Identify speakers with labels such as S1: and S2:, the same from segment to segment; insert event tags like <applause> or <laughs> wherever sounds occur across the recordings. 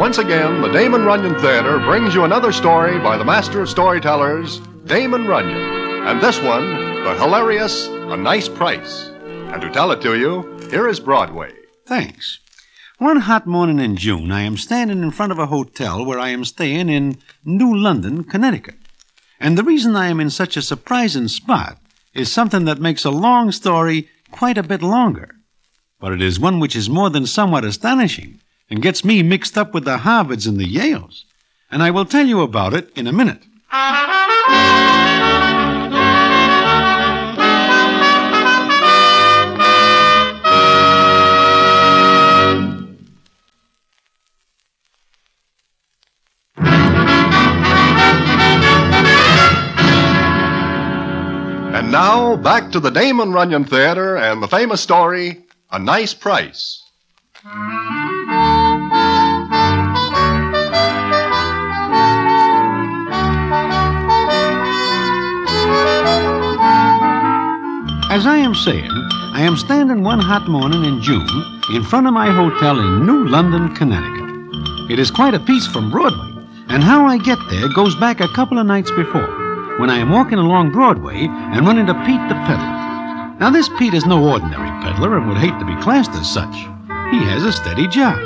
S1: Once again, the Damon Runyon Theater brings you another story by the master of storytellers, Damon Runyon. And this one, the hilarious A Nice Price. And to tell it to you, here is Broadway.
S2: Thanks. One hot morning in June, I am standing in front of a hotel where I am staying in New London, Connecticut. And the reason I am in such a surprising spot is something that makes a long story quite a bit longer. But it is one which is more than somewhat astonishing and gets me mixed up with the Harvards and the Yales. And I will tell you about it in a minute.
S1: And now, back to the Damon Runyon Theater and the famous story, A Nice Price.
S2: As I am saying, I am standing one hot morning in June in front of my hotel in New London, Connecticut. It is quite a piece from Broadway, and how I get there goes back a couple of nights before, when I am walking along Broadway and run into Pete the Peddler. Now, this Pete is no ordinary peddler and would hate to be classed as such. He has a steady job,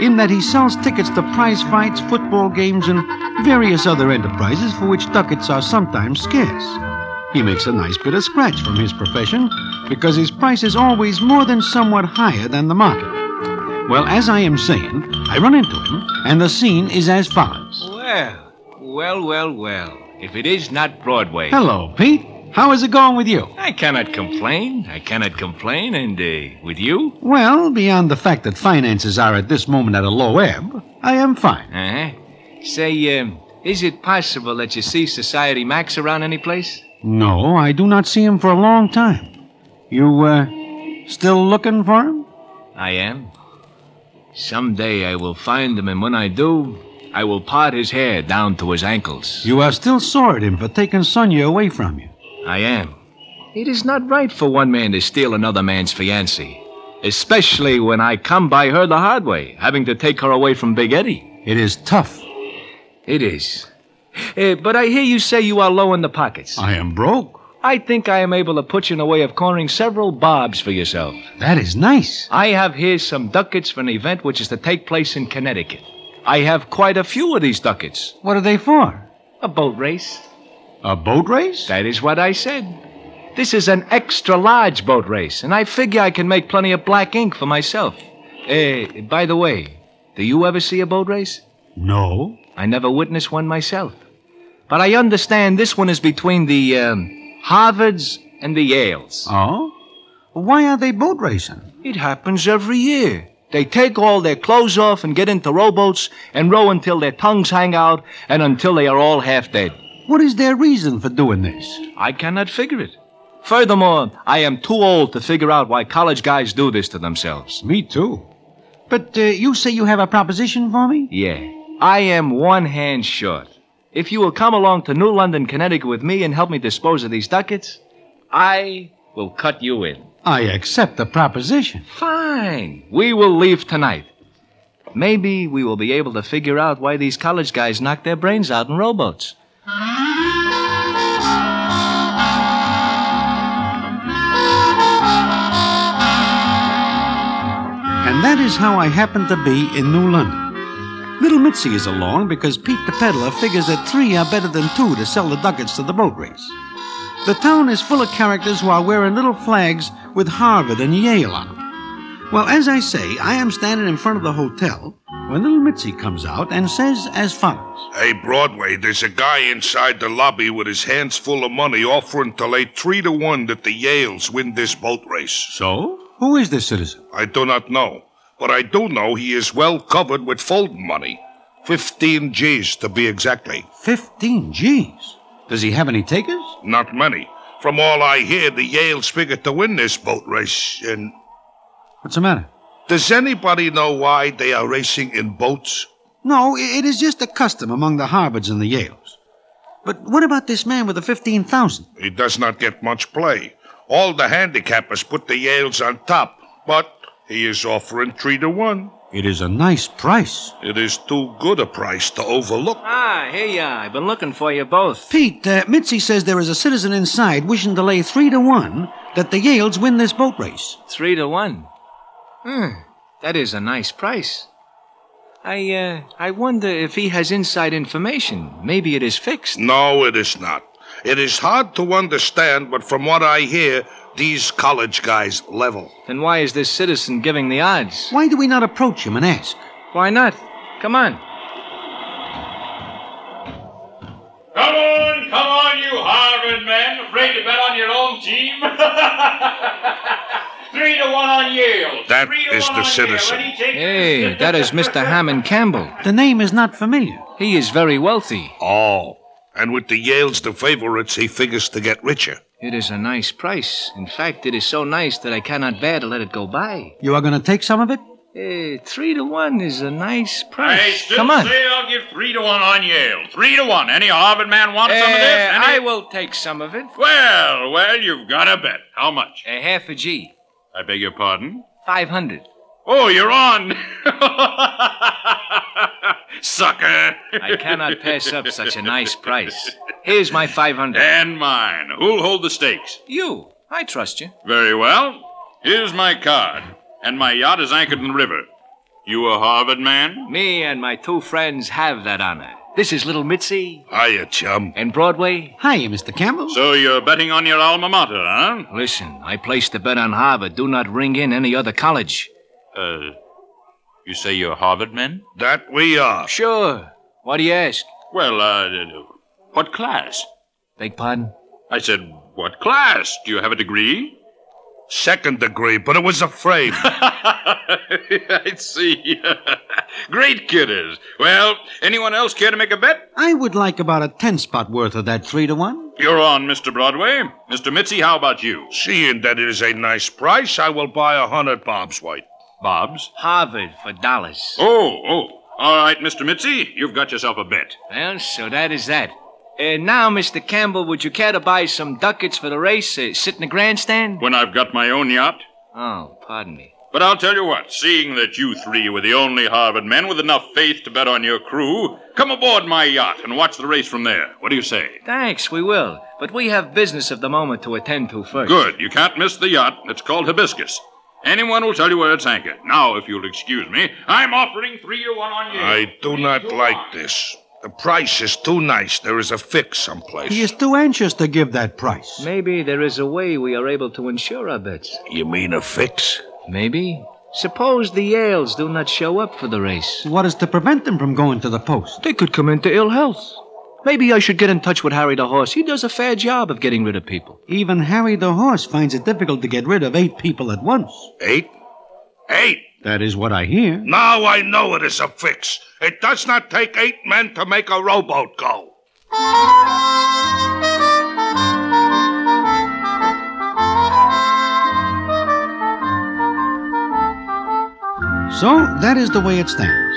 S2: in that he sells tickets to prize fights, football games, and various other enterprises for which ducats are sometimes scarce. He makes a nice bit of scratch from his profession because his price is always more than somewhat higher than the market. Well, as I am saying, I run into him, and the scene is as follows
S3: Well, well, well, well. If it is not Broadway.
S2: Hello, Pete. How is it going with you?
S3: I cannot complain. I cannot complain. And uh, with you?
S2: Well, beyond the fact that finances are at this moment at a low ebb, I am fine.
S3: Uh huh. Say, um, is it possible that you see Society Max around any place?
S2: No, I do not see him for a long time. You, uh, still looking for him?
S3: I am. Someday I will find him, and when I do, I will part his hair down to his ankles.
S2: You are still sore at him for taking Sonia away from you.
S3: I am. It is not right for one man to steal another man's fiancée, especially when I come by her the hard way, having to take her away from Big Eddie.
S2: It is tough.
S3: It is. Eh, but I hear you say you are low in the pockets.
S2: I am broke.
S3: I think I am able to put you in a way of cornering several bobs for yourself.
S2: That is nice.
S3: I have here some ducats for an event which is to take place in Connecticut. I have quite a few of these ducats.
S2: What are they for?
S3: A boat race.
S2: A boat race?
S3: That is what I said. This is an extra large boat race, and I figure I can make plenty of black ink for myself. Eh, by the way, do you ever see a boat race?
S2: No.
S3: I never witnessed one myself. But I understand this one is between the um, Harvards and the Yales.
S2: Oh? Why are they boat racing?
S3: It happens every year. They take all their clothes off and get into rowboats and row until their tongues hang out and until they are all half dead.
S2: What is their reason for doing this?
S3: I cannot figure it. Furthermore, I am too old to figure out why college guys do this to themselves.
S2: Me too. But uh, you say you have a proposition for me?
S3: Yeah, I am one hand short. If you will come along to New London, Connecticut with me and help me dispose of these ducats, I will cut you in.
S2: I accept the proposition.
S3: Fine. We will leave tonight. Maybe we will be able to figure out why these college guys knock their brains out in rowboats.
S2: And that is how I happen to be in New London. Little Mitzi is along because Pete the peddler figures that three are better than two to sell the ducats to the boat race. The town is full of characters who are wearing little flags with Harvard and Yale on them. Well, as I say, I am standing in front of the hotel when little Mitzi comes out and says as follows
S4: Hey, Broadway, there's a guy inside the lobby with his hands full of money offering to lay three to one that the Yales win this boat race.
S2: So? Who is this citizen?
S4: I do not know, but I do know he is well covered with folding money. Fifteen G's, to be exactly.
S2: 15 G's. Does he have any takers?
S4: Not many. From all I hear, the Yales figured to win this boat race, and
S2: What's the matter?
S4: Does anybody know why they are racing in boats?
S2: No, i- it is just a custom among the Harvards and the Yales. But what about this man with the 15,000?
S4: It does not get much play. All the handicappers put the Yales on top, but he is offering three to one.
S2: It is a nice price.
S4: It is too good a price to overlook.
S3: Ah, here you are. I've been looking for you both.
S2: Pete, uh, Mitzi says there is a citizen inside wishing to lay three to one that the Yales win this boat race.
S3: Three to one. Hmm. That is a nice price. I, uh, I wonder if he has inside information. Maybe it is fixed.
S4: No, it is not. It is hard to understand, but from what I hear, these college guys level.
S3: Then why is this citizen giving the odds?
S2: Why do we not approach him and ask?
S3: Why not? Come on.
S5: Come on, come on, you Harvard men. Afraid to bet on your own team? <laughs> Three to one on Yale.
S4: That
S5: Three to
S4: is
S5: one
S4: the
S5: on
S4: citizen.
S5: Yale. Any takers?
S3: Hey, that is Mr. Hammond Campbell.
S2: The name is not familiar.
S3: He is very wealthy.
S4: Oh. And with the Yales the favorites, he figures to get richer.
S3: It is a nice price. In fact, it is so nice that I cannot bear to let it go by.
S2: You are going to take some of it?
S3: Eh, three to one is a nice
S5: I
S3: price.
S5: still
S3: Come on.
S5: say I'll give three to one on Yale. Three to one. Any Harvard man want some of
S3: Eh,
S5: this? Any...
S3: I will take some of it.
S5: Well, well, you've got a bet. How much?
S3: A half a G.
S5: I beg your pardon?
S3: Five hundred.
S5: Oh, you're on. <laughs> Sucker.
S3: I cannot pass up such a nice price. Here's my five hundred.
S5: And mine. Who'll hold the stakes?
S3: You. I trust you.
S5: Very well. Here's my card. And my yacht is anchored in the river. You a Harvard man?
S3: Me and my two friends have that honor. This is little Mitzi
S4: Hiya, chum.
S3: and Broadway.
S2: Hi, Mr. Campbell.
S5: So you're betting on your alma mater, huh?
S3: Listen, I placed the bet on Harvard. Do not ring in any other college.
S5: Uh, you say you're Harvard men?
S4: That we are.
S3: Sure. What do you ask?
S5: Well, uh, what class?
S3: Beg pardon?
S5: I said, what class? Do you have a degree? <laughs>
S4: Second degree, but it was a frame.
S5: I see. <laughs> Great kidders. Well, anyone else care to make a bet?
S2: I would like about a 10 spot worth of that three to one.
S5: You're on, Mr. Broadway. Mr. Mitzi, how about you?
S4: Seeing that it is a nice price, I will buy a hundred bobs white.
S5: Bob's.
S3: Harvard for dollars.
S5: Oh, oh. All right, Mr. Mitzi, you've got yourself a bet.
S3: Well, so that is that. Uh, now, Mr. Campbell, would you care to buy some ducats for the race? Uh, sit in the grandstand?
S5: When I've got my own yacht.
S3: Oh, pardon me.
S5: But I'll tell you what, seeing that you three were the only Harvard men with enough faith to bet on your crew, come aboard my yacht and watch the race from there. What do you say?
S3: Thanks, we will. But we have business of the moment to attend to first.
S5: Good. You can't miss the yacht. It's called Hibiscus. Anyone will tell you where it's anchored. Now, if you'll excuse me, I'm offering three to one on you.
S4: I do not like this. The price is too nice. There is a fix someplace.
S2: He is too anxious to give that price.
S3: Maybe there is a way we are able to ensure our bets.
S4: You mean a fix?
S3: Maybe. Suppose the Yales do not show up for the race.
S2: What is to prevent them from going to the post?
S3: They could come into ill health. Maybe I should get in touch with Harry the Horse. He does a fair job of getting rid of people.
S2: Even Harry the Horse finds it difficult to get rid of eight people at once.
S4: Eight? Eight!
S2: That is what I hear.
S4: Now I know it is a fix. It does not take eight men to make a rowboat go.
S2: So that is the way it stands.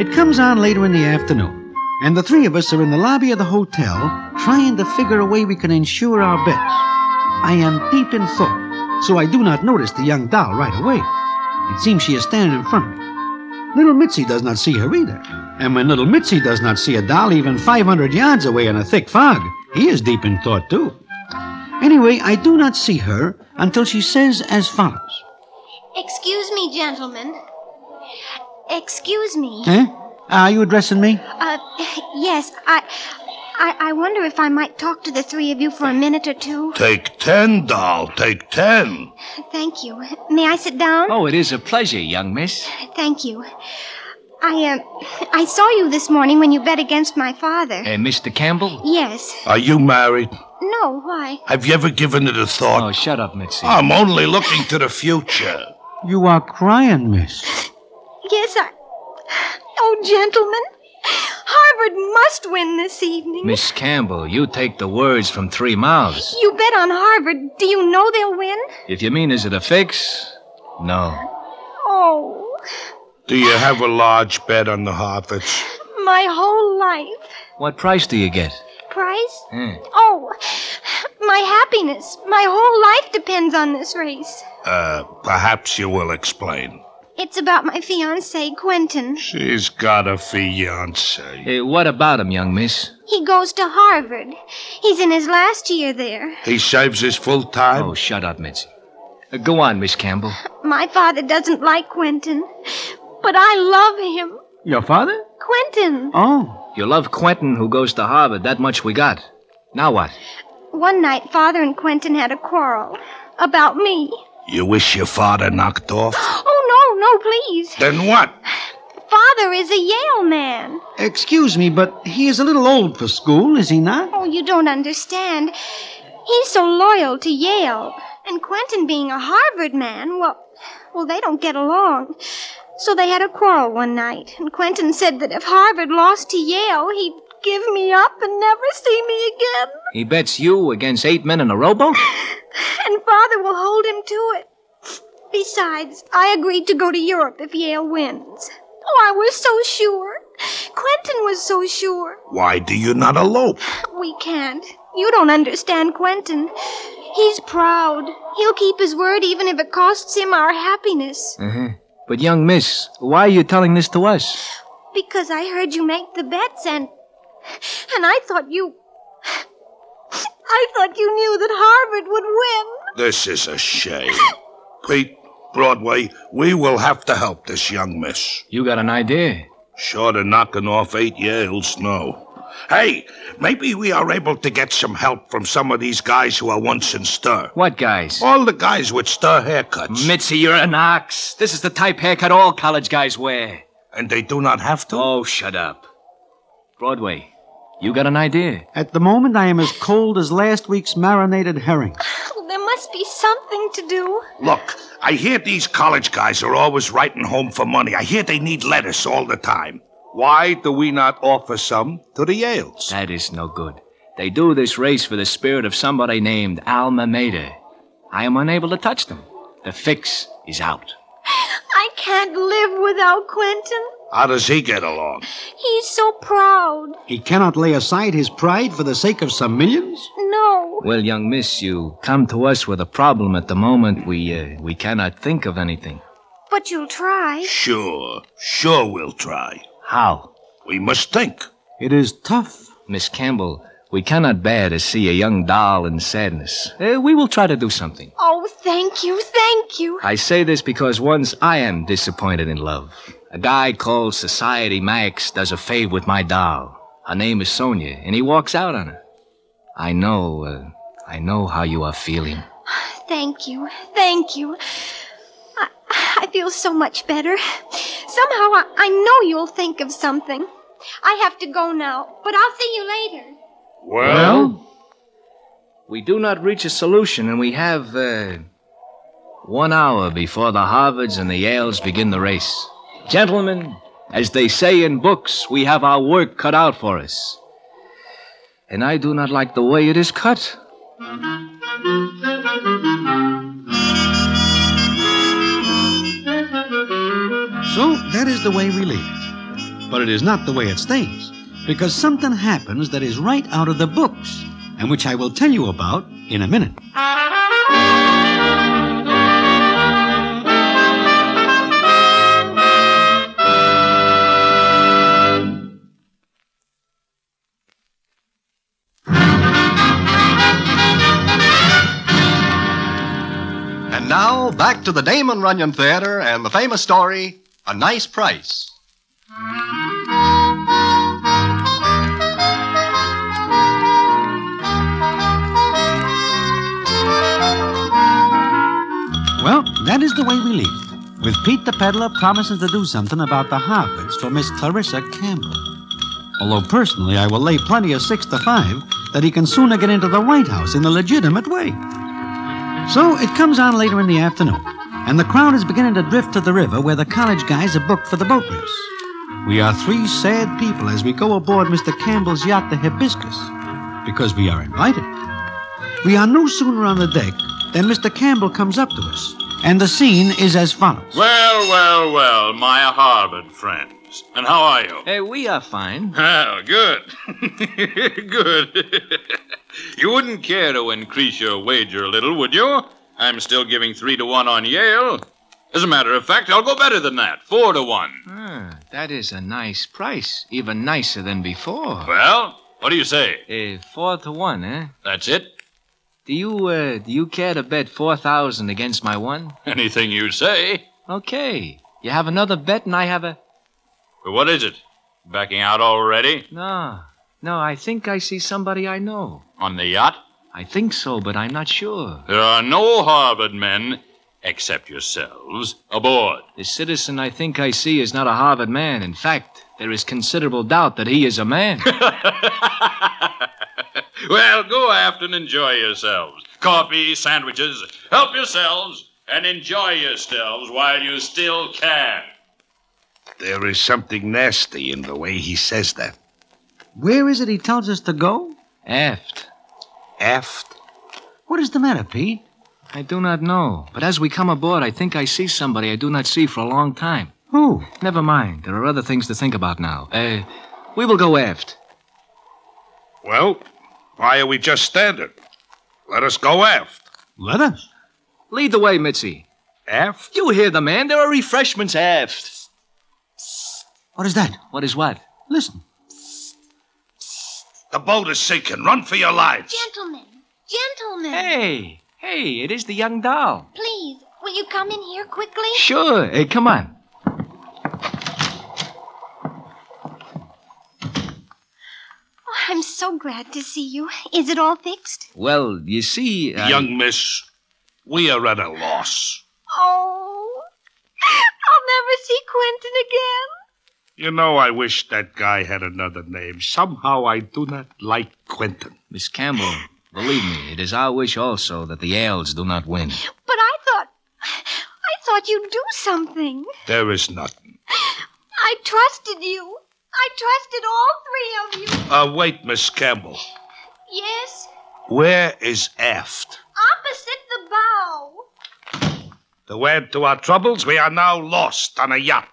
S2: It comes on later in the afternoon, and the three of us are in the lobby of the hotel trying to figure a way we can ensure our bets. I am deep in thought, so I do not notice the young doll right away. It seems she is standing in front of me. Little Mitzi does not see her either. And when little Mitzi does not see a doll even 500 yards away in a thick fog, he is deep in thought too. Anyway, I do not see her until she says as follows.
S6: Excuse me, gentlemen. Excuse me.
S2: Eh? Are you addressing me?
S6: Uh, yes, I, I, I wonder if I might talk to the three of you for a minute or two.
S4: Take ten, doll. Take ten.
S6: Thank you. May I sit down?
S3: Oh, it is a pleasure, young miss.
S6: Thank you. I, um, I saw you this morning when you bet against my father.
S3: Uh, Mr. Campbell?
S6: Yes.
S4: Are you married?
S6: No, why?
S4: Have you ever given it a
S3: Oh,
S4: thought?
S3: shut up, Mitzi.
S2: Ah.
S4: I'm only looking to the future.
S2: You are crying, miss.
S6: Yes, I. Oh, gentlemen, Harvard must win this evening.
S3: Miss Campbell, you take the words from three mouths.
S6: You bet on Harvard. Do you know they'll win?
S3: If you mean, is it a fix? No.
S6: Oh,
S4: Do you have a large bet on the Harvards?
S6: my whole life.
S3: What price do you get?
S6: Price?
S3: Eh,
S6: Oh, my happiness. My whole life depends on this race.
S4: Uh, perhaps you will explain.
S6: It's about my fiance, Quentin.
S4: She's got a fiance.
S3: eh, what about him, young miss?
S6: He goes to Harvard. He's in his last year there.
S4: He saves his full
S3: Oh,
S4: time.
S3: shut up, Mitzi. Uh, go on, Miss Campbell.
S6: My father doesn't like Quentin, but I love him.
S2: Your father?
S6: Quentin.
S2: Oh,
S3: You love Quentin, who goes to Harvard. That much we got. Now what?
S6: One night, father and Quentin had a quarrel about me.
S4: You wish your father knocked off?
S6: Oh, no, no, please.
S4: Then what?
S6: Father is a Yale man.
S2: excuse me, but he is a little old for school, is he not?
S6: Oh, you don't understand. He's so loyal to Yale. And Quentin being a Harvard man, well, well, they don't get along. So they had a quarrel one night, and Quentin said that if Harvard lost to Yale, he'd give me up and never see me again.
S3: He bets you against eight men in a rowboat?
S6: And Father will hold him to it. Besides, I agreed to go to Europe if Yale wins. Oh, I was so sure. Quentin was so sure.
S4: Why do you not elope?
S6: We can't. You don't understand Quentin. He's proud. He'll keep his word even if it costs him our happiness.
S3: Uh-huh. But, young miss, why are you telling this to us?
S6: Because I heard you make the bets and. And I thought you. I thought you knew that Harvard would win.
S4: This is a shame. Pete, Broadway, we will have to help this young miss.
S3: You got an idea.
S4: Short of knocking off eight Yales, no. Hey, maybe we are able to get some help from some of these guys who are once in stir.
S3: What, guys?
S4: All the guys with stir haircuts.
S3: Mitzi, you're an ox. This is the type haircut all college guys wear.
S4: and they do not have to?
S3: Oh, shut up. Broadway, you got an idea.
S2: At the moment, I am as cold as last week's marinated herring.
S6: Well, there must be something to do.
S4: Look, I hear these college guys are always writing home for money. I hear they need lettuce all the time. Why do we not offer some to the Yales?
S3: That is no good. They do this race for the spirit of somebody named Alma Mater. I am unable to touch them. The fix is out.
S6: I can't live without Quentin.
S4: How does he get along?
S6: He's so proud.
S2: He cannot lay aside his pride for the sake of some millions.
S6: No.
S3: Well, young miss, you come to us with a problem at the moment. We uh, we cannot think of anything.
S6: But you'll try.
S4: Sure, sure we'll try.
S3: How,
S4: We must think.
S2: It is tough.
S3: Miss Campbell? We cannot bear to see a young doll in sadness. Uh, we will try to do something.
S6: Oh, thank you, thank you.
S3: I say this because once I am disappointed in love. A guy called Society Max does a favor with my doll. Her name is Sonia, and he walks out on her. I know, uh, I know how you are feeling.
S6: Thank you. Thank you. I, I feel so much better. Somehow I, I know you'll think of something. I have to go now, but I'll see you later.
S3: We do not reach a solution, and we have uh, one hour before the Harvards and the Yales begin the race. Gentlemen, as they say in books, we have our work cut out for us. And I do not like the way it is cut.
S2: So that is the way we leave it. But it is not the way it stays, because something happens that is right out of the books, and which I will tell you about in a minute.
S1: And now, back to the Damon Runyon Theater and the famous story, A Nice Price.
S2: Well, that is the way we leave it, with Pete the Peddler promising to do something about the Harvards for Miss Clarissa Campbell. Although personally, I will lay plenty of six to five that he can sooner get into the White House in the legitimate way. So it comes on later in the afternoon, and the crowd is beginning to drift to the river where the college guys are booked for the boat race. We are three sad people as we go aboard Mr. Campbell's yacht, the Hibiscus, because we are invited. We are no sooner on the deck than Mr. Campbell comes up to us, and the scene is as follows.
S5: Well, well, well, my Harvard friends. And how are you?
S3: Hey, we are fine.
S5: Oh, good. <laughs> good. <laughs> you wouldn't care to increase your wager a little, would you? I'm still giving three to one on Yale. As a matter of fact, I'll go better than that. Four to one.
S3: Ah, that is a nice price, even nicer than before.
S5: Well, what do you say?
S3: Uh, four to one, eh?
S5: That's it?
S3: Do you uh, do you care to bet four thousand against my one?
S5: Anything you say.
S3: Okay. You have another bet, and I have a
S5: But what is it? Backing out already?
S3: no, no. I think I see somebody I know.
S5: On the yacht?
S3: I think so, but I'm not sure.
S5: There are no Harvard men, except yourselves, aboard.
S3: The citizen I think I see is not a Harvard man. In fact, there is considerable doubt that he is a
S5: <laughs>
S3: man.
S5: Well, go aft and enjoy yourselves. Coffee, sandwiches, help yourselves, and enjoy yourselves while you still can.
S4: There is something nasty in the way he says that.
S2: Where is it he tells us to go?
S3: Aft.
S4: Aft.
S2: What is the matter, Pete?
S3: I do not know. But as we come aboard, I think I see somebody I do not see for a long time.
S2: Who?
S3: Never mind. There are other things to think about now. Uh, we will go aft.
S4: Well, why are we just standing? Let us go aft.
S2: Let us.
S3: Lead the way, Mitzi.
S4: Aft?
S3: You hear the man. There are refreshments aft.
S2: What is that?
S3: What is what?
S2: Listen.
S4: The boat is sinking. Run for your lives.
S6: Gentlemen, gentlemen,
S3: Hey, hey, it is the young doll.
S6: please, will you come in here quickly?
S3: Sure. Hey, come on.
S6: Oh, I'm so glad to see you. Is it all fixed?
S3: Well, you see, uh, I-
S4: Young miss, we are at a loss.
S6: Oh, I'll never see Quentin again.
S4: You know, I wish that guy had another name. Somehow I do not like Quentin.
S3: Miss Campbell. Believe me, it is our wish also that the Ales do not win.
S6: But I thought, I thought you'd do something.
S4: There is nothing.
S6: I trusted you. I trusted all three of you.
S4: Uh, wait, Miss Campbell.
S6: Yes,
S4: Where is aft?
S6: opposite the bow.
S4: To add to our troubles, we are now lost on a yacht.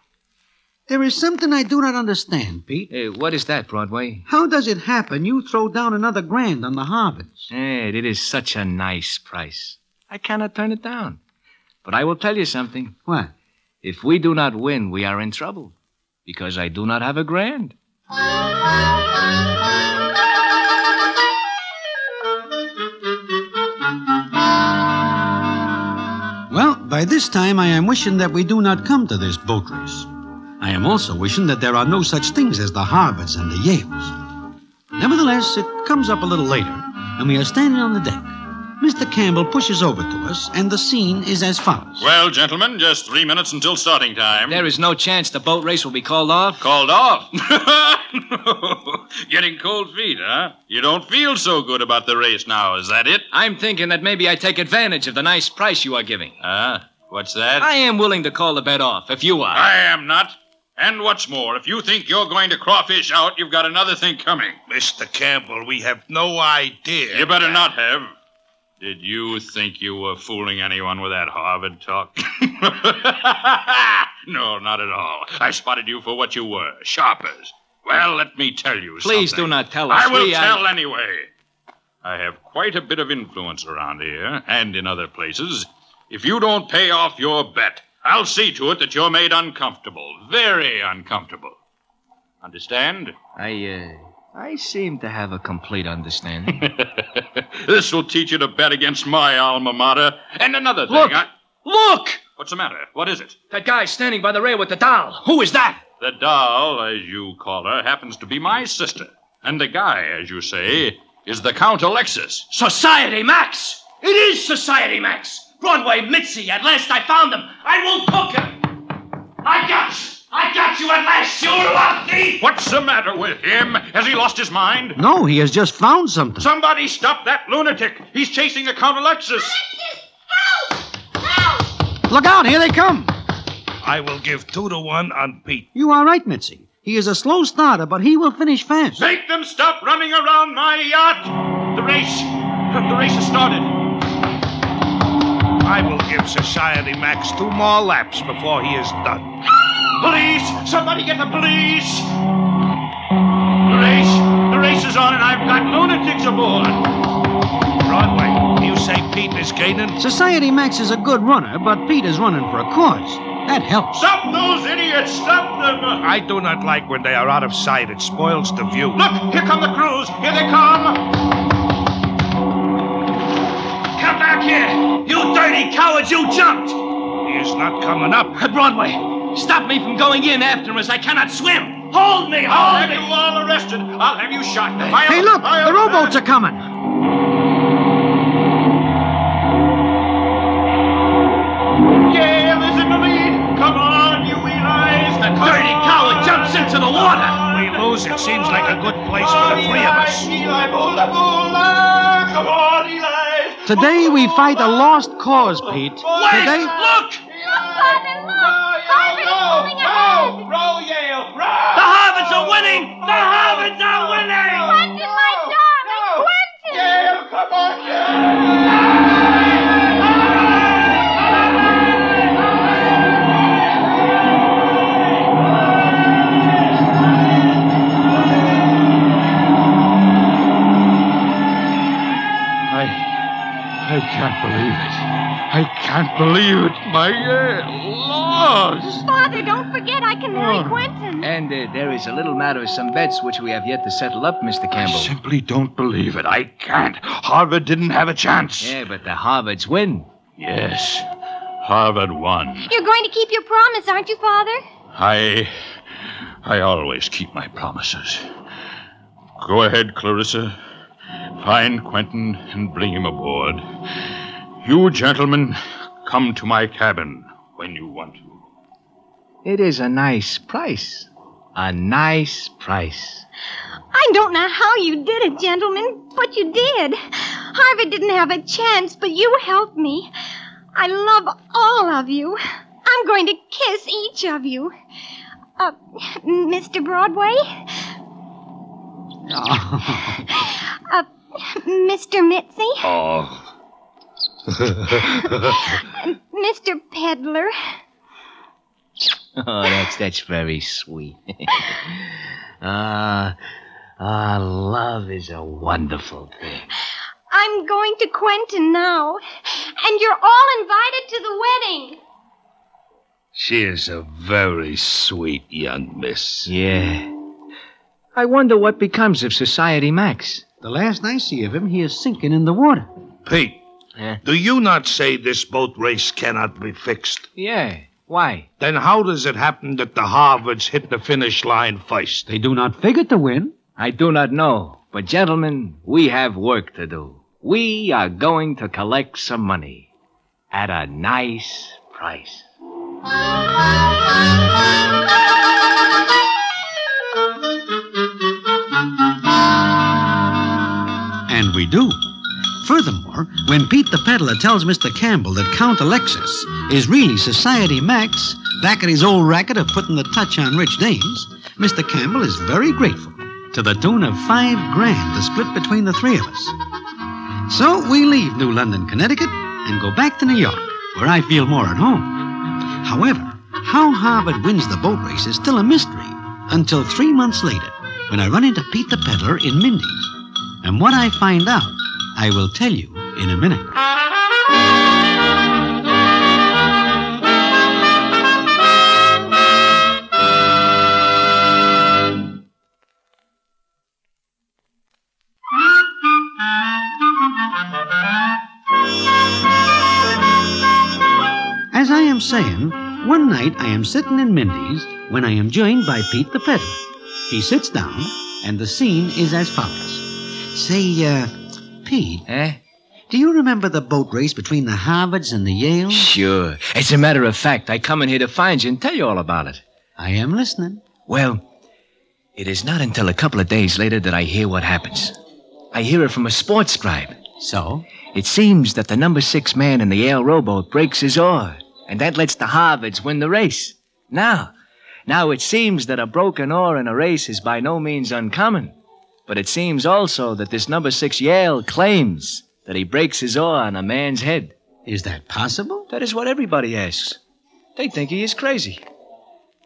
S2: There is something I do not understand, Pete.
S3: Hey, uh, what is that, Broadway?
S2: How does it happen you throw down another grand on the Harvards?
S3: Eh, it is such a nice price. I cannot turn it down. But I will tell you something.
S2: What?
S3: If we do not win, we are in trouble. Because I do not have a grand.
S2: Well, by this time I am wishing that we do not come to this boat race. I am also wishing that there are no such things as the Harvards and the Yales. Nevertheless, it comes up a little later, and we are standing on the deck. Mr. Campbell pushes over to us, and the scene is as follows.
S5: Well, gentlemen, just three minutes until starting time.
S3: There is no chance the boat race will be called off.
S5: Called off. <laughs> Getting cold feet, huh? You don't feel so good about the race now, is that it?
S3: I'm thinking that maybe I take advantage of the nice price you are giving.
S5: Huh? What's that?
S3: I am willing to call the bet off if you are.
S5: I am not. And what's more, if you think you're going to crawfish out, you've got another thing coming.
S4: Mr. Campbell, we have no idea. <laughs>
S5: You better not have. Did you think you were fooling anyone with that Harvard talk? <laughs> no, not at all. I spotted you for what you were sharpers. Well, let me tell you
S3: Please
S5: something.
S3: do not tell us.
S5: I will
S3: We,
S5: tell anyway. I have quite a bit of influence around here and in other places. If you don't pay off your bet, I'll see to it that you're made uncomfortable, very uncomfortable. Understand? <laughs>
S3: I, uh, I seem to have a complete understanding.
S5: this will teach you to bet against my alma mater. And another thing.
S3: Look!
S5: I...
S3: <laughs> Look!
S5: What's the matter? What is it?
S3: That guy standing by the rail with the doll. Who is that?
S5: The doll, as you call her, happens to be my sister. And the guy, as you say, is the Count Alexis.
S7: Society Max! It is Society Max! Broadway Mitzi, at last I found him! I will cook him!
S4: I got you! I got you at last! You love me!
S5: What's the matter with him? Has he lost his mind?
S2: No, he has just found something.
S5: Somebody stop that lunatic! He's chasing the Count Alexis!
S2: Look out, here they come.
S4: I will give two to one on Pete.
S2: You are right, Mitzi. He is a slow starter, but he will finish fast.
S5: Make them stop running around my yacht! The race! The race has started.
S4: I will give Society Max two more laps before he is done.
S5: Police! Somebody get the police! The race! The race is on, and I've got lunatics aboard!
S4: Broadway, you say Pete is gaining?
S2: Society Max is a good runner, but Pete is running for a cause. That helps.
S5: Stop those idiots! Stop them!
S4: I do not like when they are out of sight. It spoils the view.
S5: Look! Here come the crews! Here they come!
S4: come back here! You dirty cowards! You jumped! Uh, He is not coming up.
S3: Broadway, stop me from going in after us. I cannot swim.
S4: Hold me!
S5: I'll
S4: Hold
S5: have you all arrested! I'll have you shot! By
S2: Hey,
S5: a-
S2: look,
S5: by a-
S2: the rowboats are coming.
S5: Yale is in the lead! Come on, you Eli's! The
S4: Dirty coward jumps
S5: into the
S4: water. We lose, it seems like a good place for the three of us.
S5: Eli, bola, bola. Come on, Eli's!
S2: Today we fight a lost cause, Pete. Today.
S5: Look!
S6: Father, look! Harvard is moving ahead!
S5: Row, Yale! Row!
S4: The Harvards are winning! The Harvards are winning!
S6: Quentin, my darling, Quentin!
S5: Yale, come on, Yale!
S7: I. I can't believe it. I can't believe it. My uh, laws.
S6: Father, don't forget I can marry
S7: Oh.
S6: Quentin.
S3: And uh, there is a little matter of some bets which we have yet to settle up, Mr.
S7: I
S3: Campbell.
S7: simply don't believe it. I can't. Harvard didn't have a chance.
S3: Yeah, but the Harvards win.
S7: Yes. Harvard won.
S6: You're going to keep your promise, aren't you, Father?
S7: I. I always keep my promises. Go ahead, Clarissa. Find Quentin and bring him aboard. You gentlemen, come to my cabin when you want to.
S3: It is a nice price. A nice price. <laughs>
S6: I don't know how you did it, gentlemen, but you did. Harvard didn't have a chance, but you helped me. I love all of you. I'm going to kiss each of you. Uh, Mr. Broadway? uh, Mr. Mitzi?
S7: Oh.
S6: Mr. Peddler?
S3: Oh, that's that's very sweet. <laughs> Ah, ah, love is a wonderful thing.
S6: I'm going to Quentin now, and you're all invited to the wedding.
S7: She is a very sweet young miss.
S3: Yeah. I wonder what becomes of Society Max.
S2: The last I see of him, he is sinking in the water.
S4: Pete,
S3: Yeah.
S4: do you not say this boat race cannot be fixed?
S3: Yeah. Why?
S4: Then how does it happen that the Harvards hit the finish line first?
S2: They do not figure to win.
S3: I do not know. But gentlemen, we have work to do. We are going to collect some money at a nice price.
S2: And we do. Furthermore, when Pete the Peddler tells Mr. Campbell that Count Alexis is really Society Max, back at his old racket of putting the touch on rich dames, Mr. Campbell is very grateful, to the tune of five grand to split between the three of us. So we leave New London, Connecticut, and go back to New York, where I feel more at home. However, how Harvard wins the boat race is still a mystery until three months later, when I run into Pete the Peddler in Mindy's. And what I find out, I will tell you in a minute. As I am saying, one night I am sitting in Mindy's when I am joined by Pete the Peddler. He sits down, and the scene is as follows. Say, uh, Pete,
S3: Eh?
S2: Do you remember the boat race between the Harvards and the Yales?
S3: Sure. As a matter of fact, I come in here to find you and tell you all about it.
S2: I am listening.
S3: Well, it is not until a couple of days later that I hear what happens. I hear it from a sports scribe.
S2: So?
S3: It seems that the number six man in the Yale rowboat breaks his oar, and that lets the Harvards win the race. Now, now it seems that a broken oar in a race is by no means uncommon, but it seems also that this number six Yale claims that he breaks his oar on a man's head.
S2: Is that possible?
S3: That is what everybody asks. They think he is crazy.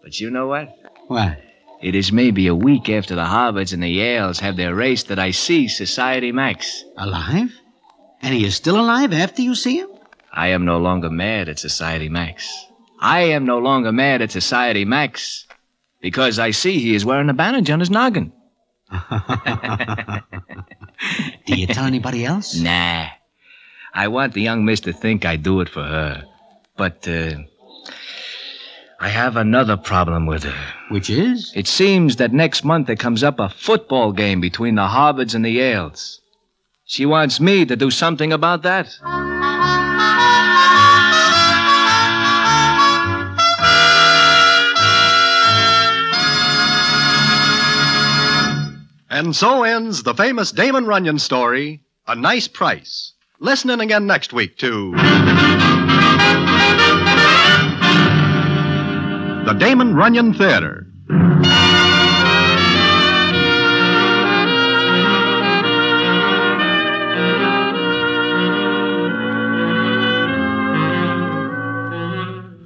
S3: But you know what?
S2: Why?
S3: It is maybe a week after the Harvards and the Yales have their race that I see Society Max.
S2: Alive? And he is still alive after you see him? <laughs>
S3: I am no longer mad at Society Max. I am no longer mad at Society Max because I see he is wearing a bandage on his noggin.
S2: Do you tell anybody else?
S3: Nah. I want the young miss to think I do it for her. But, uh, I have another problem with her.
S2: Which is?
S3: It seems that next month there comes up a football game between the Harvards and the Yales. She wants me to do something about that.
S1: And so ends the famous Damon Runyon story, A Nice Price. Listen in again next week to. The Damon Runyon Theater.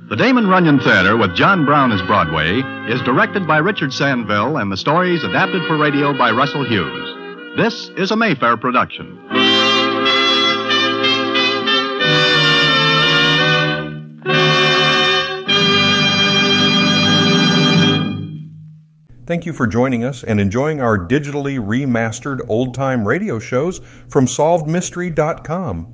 S1: The Damon Runyon Theater with John Brown as Broadway is directed by Richard Sandville and the stories adapted for radio by Russell Hughes. This is a Mayfair production.
S8: Thank you for joining us and enjoying our digitally remastered old time radio shows from SolvedMystery.com.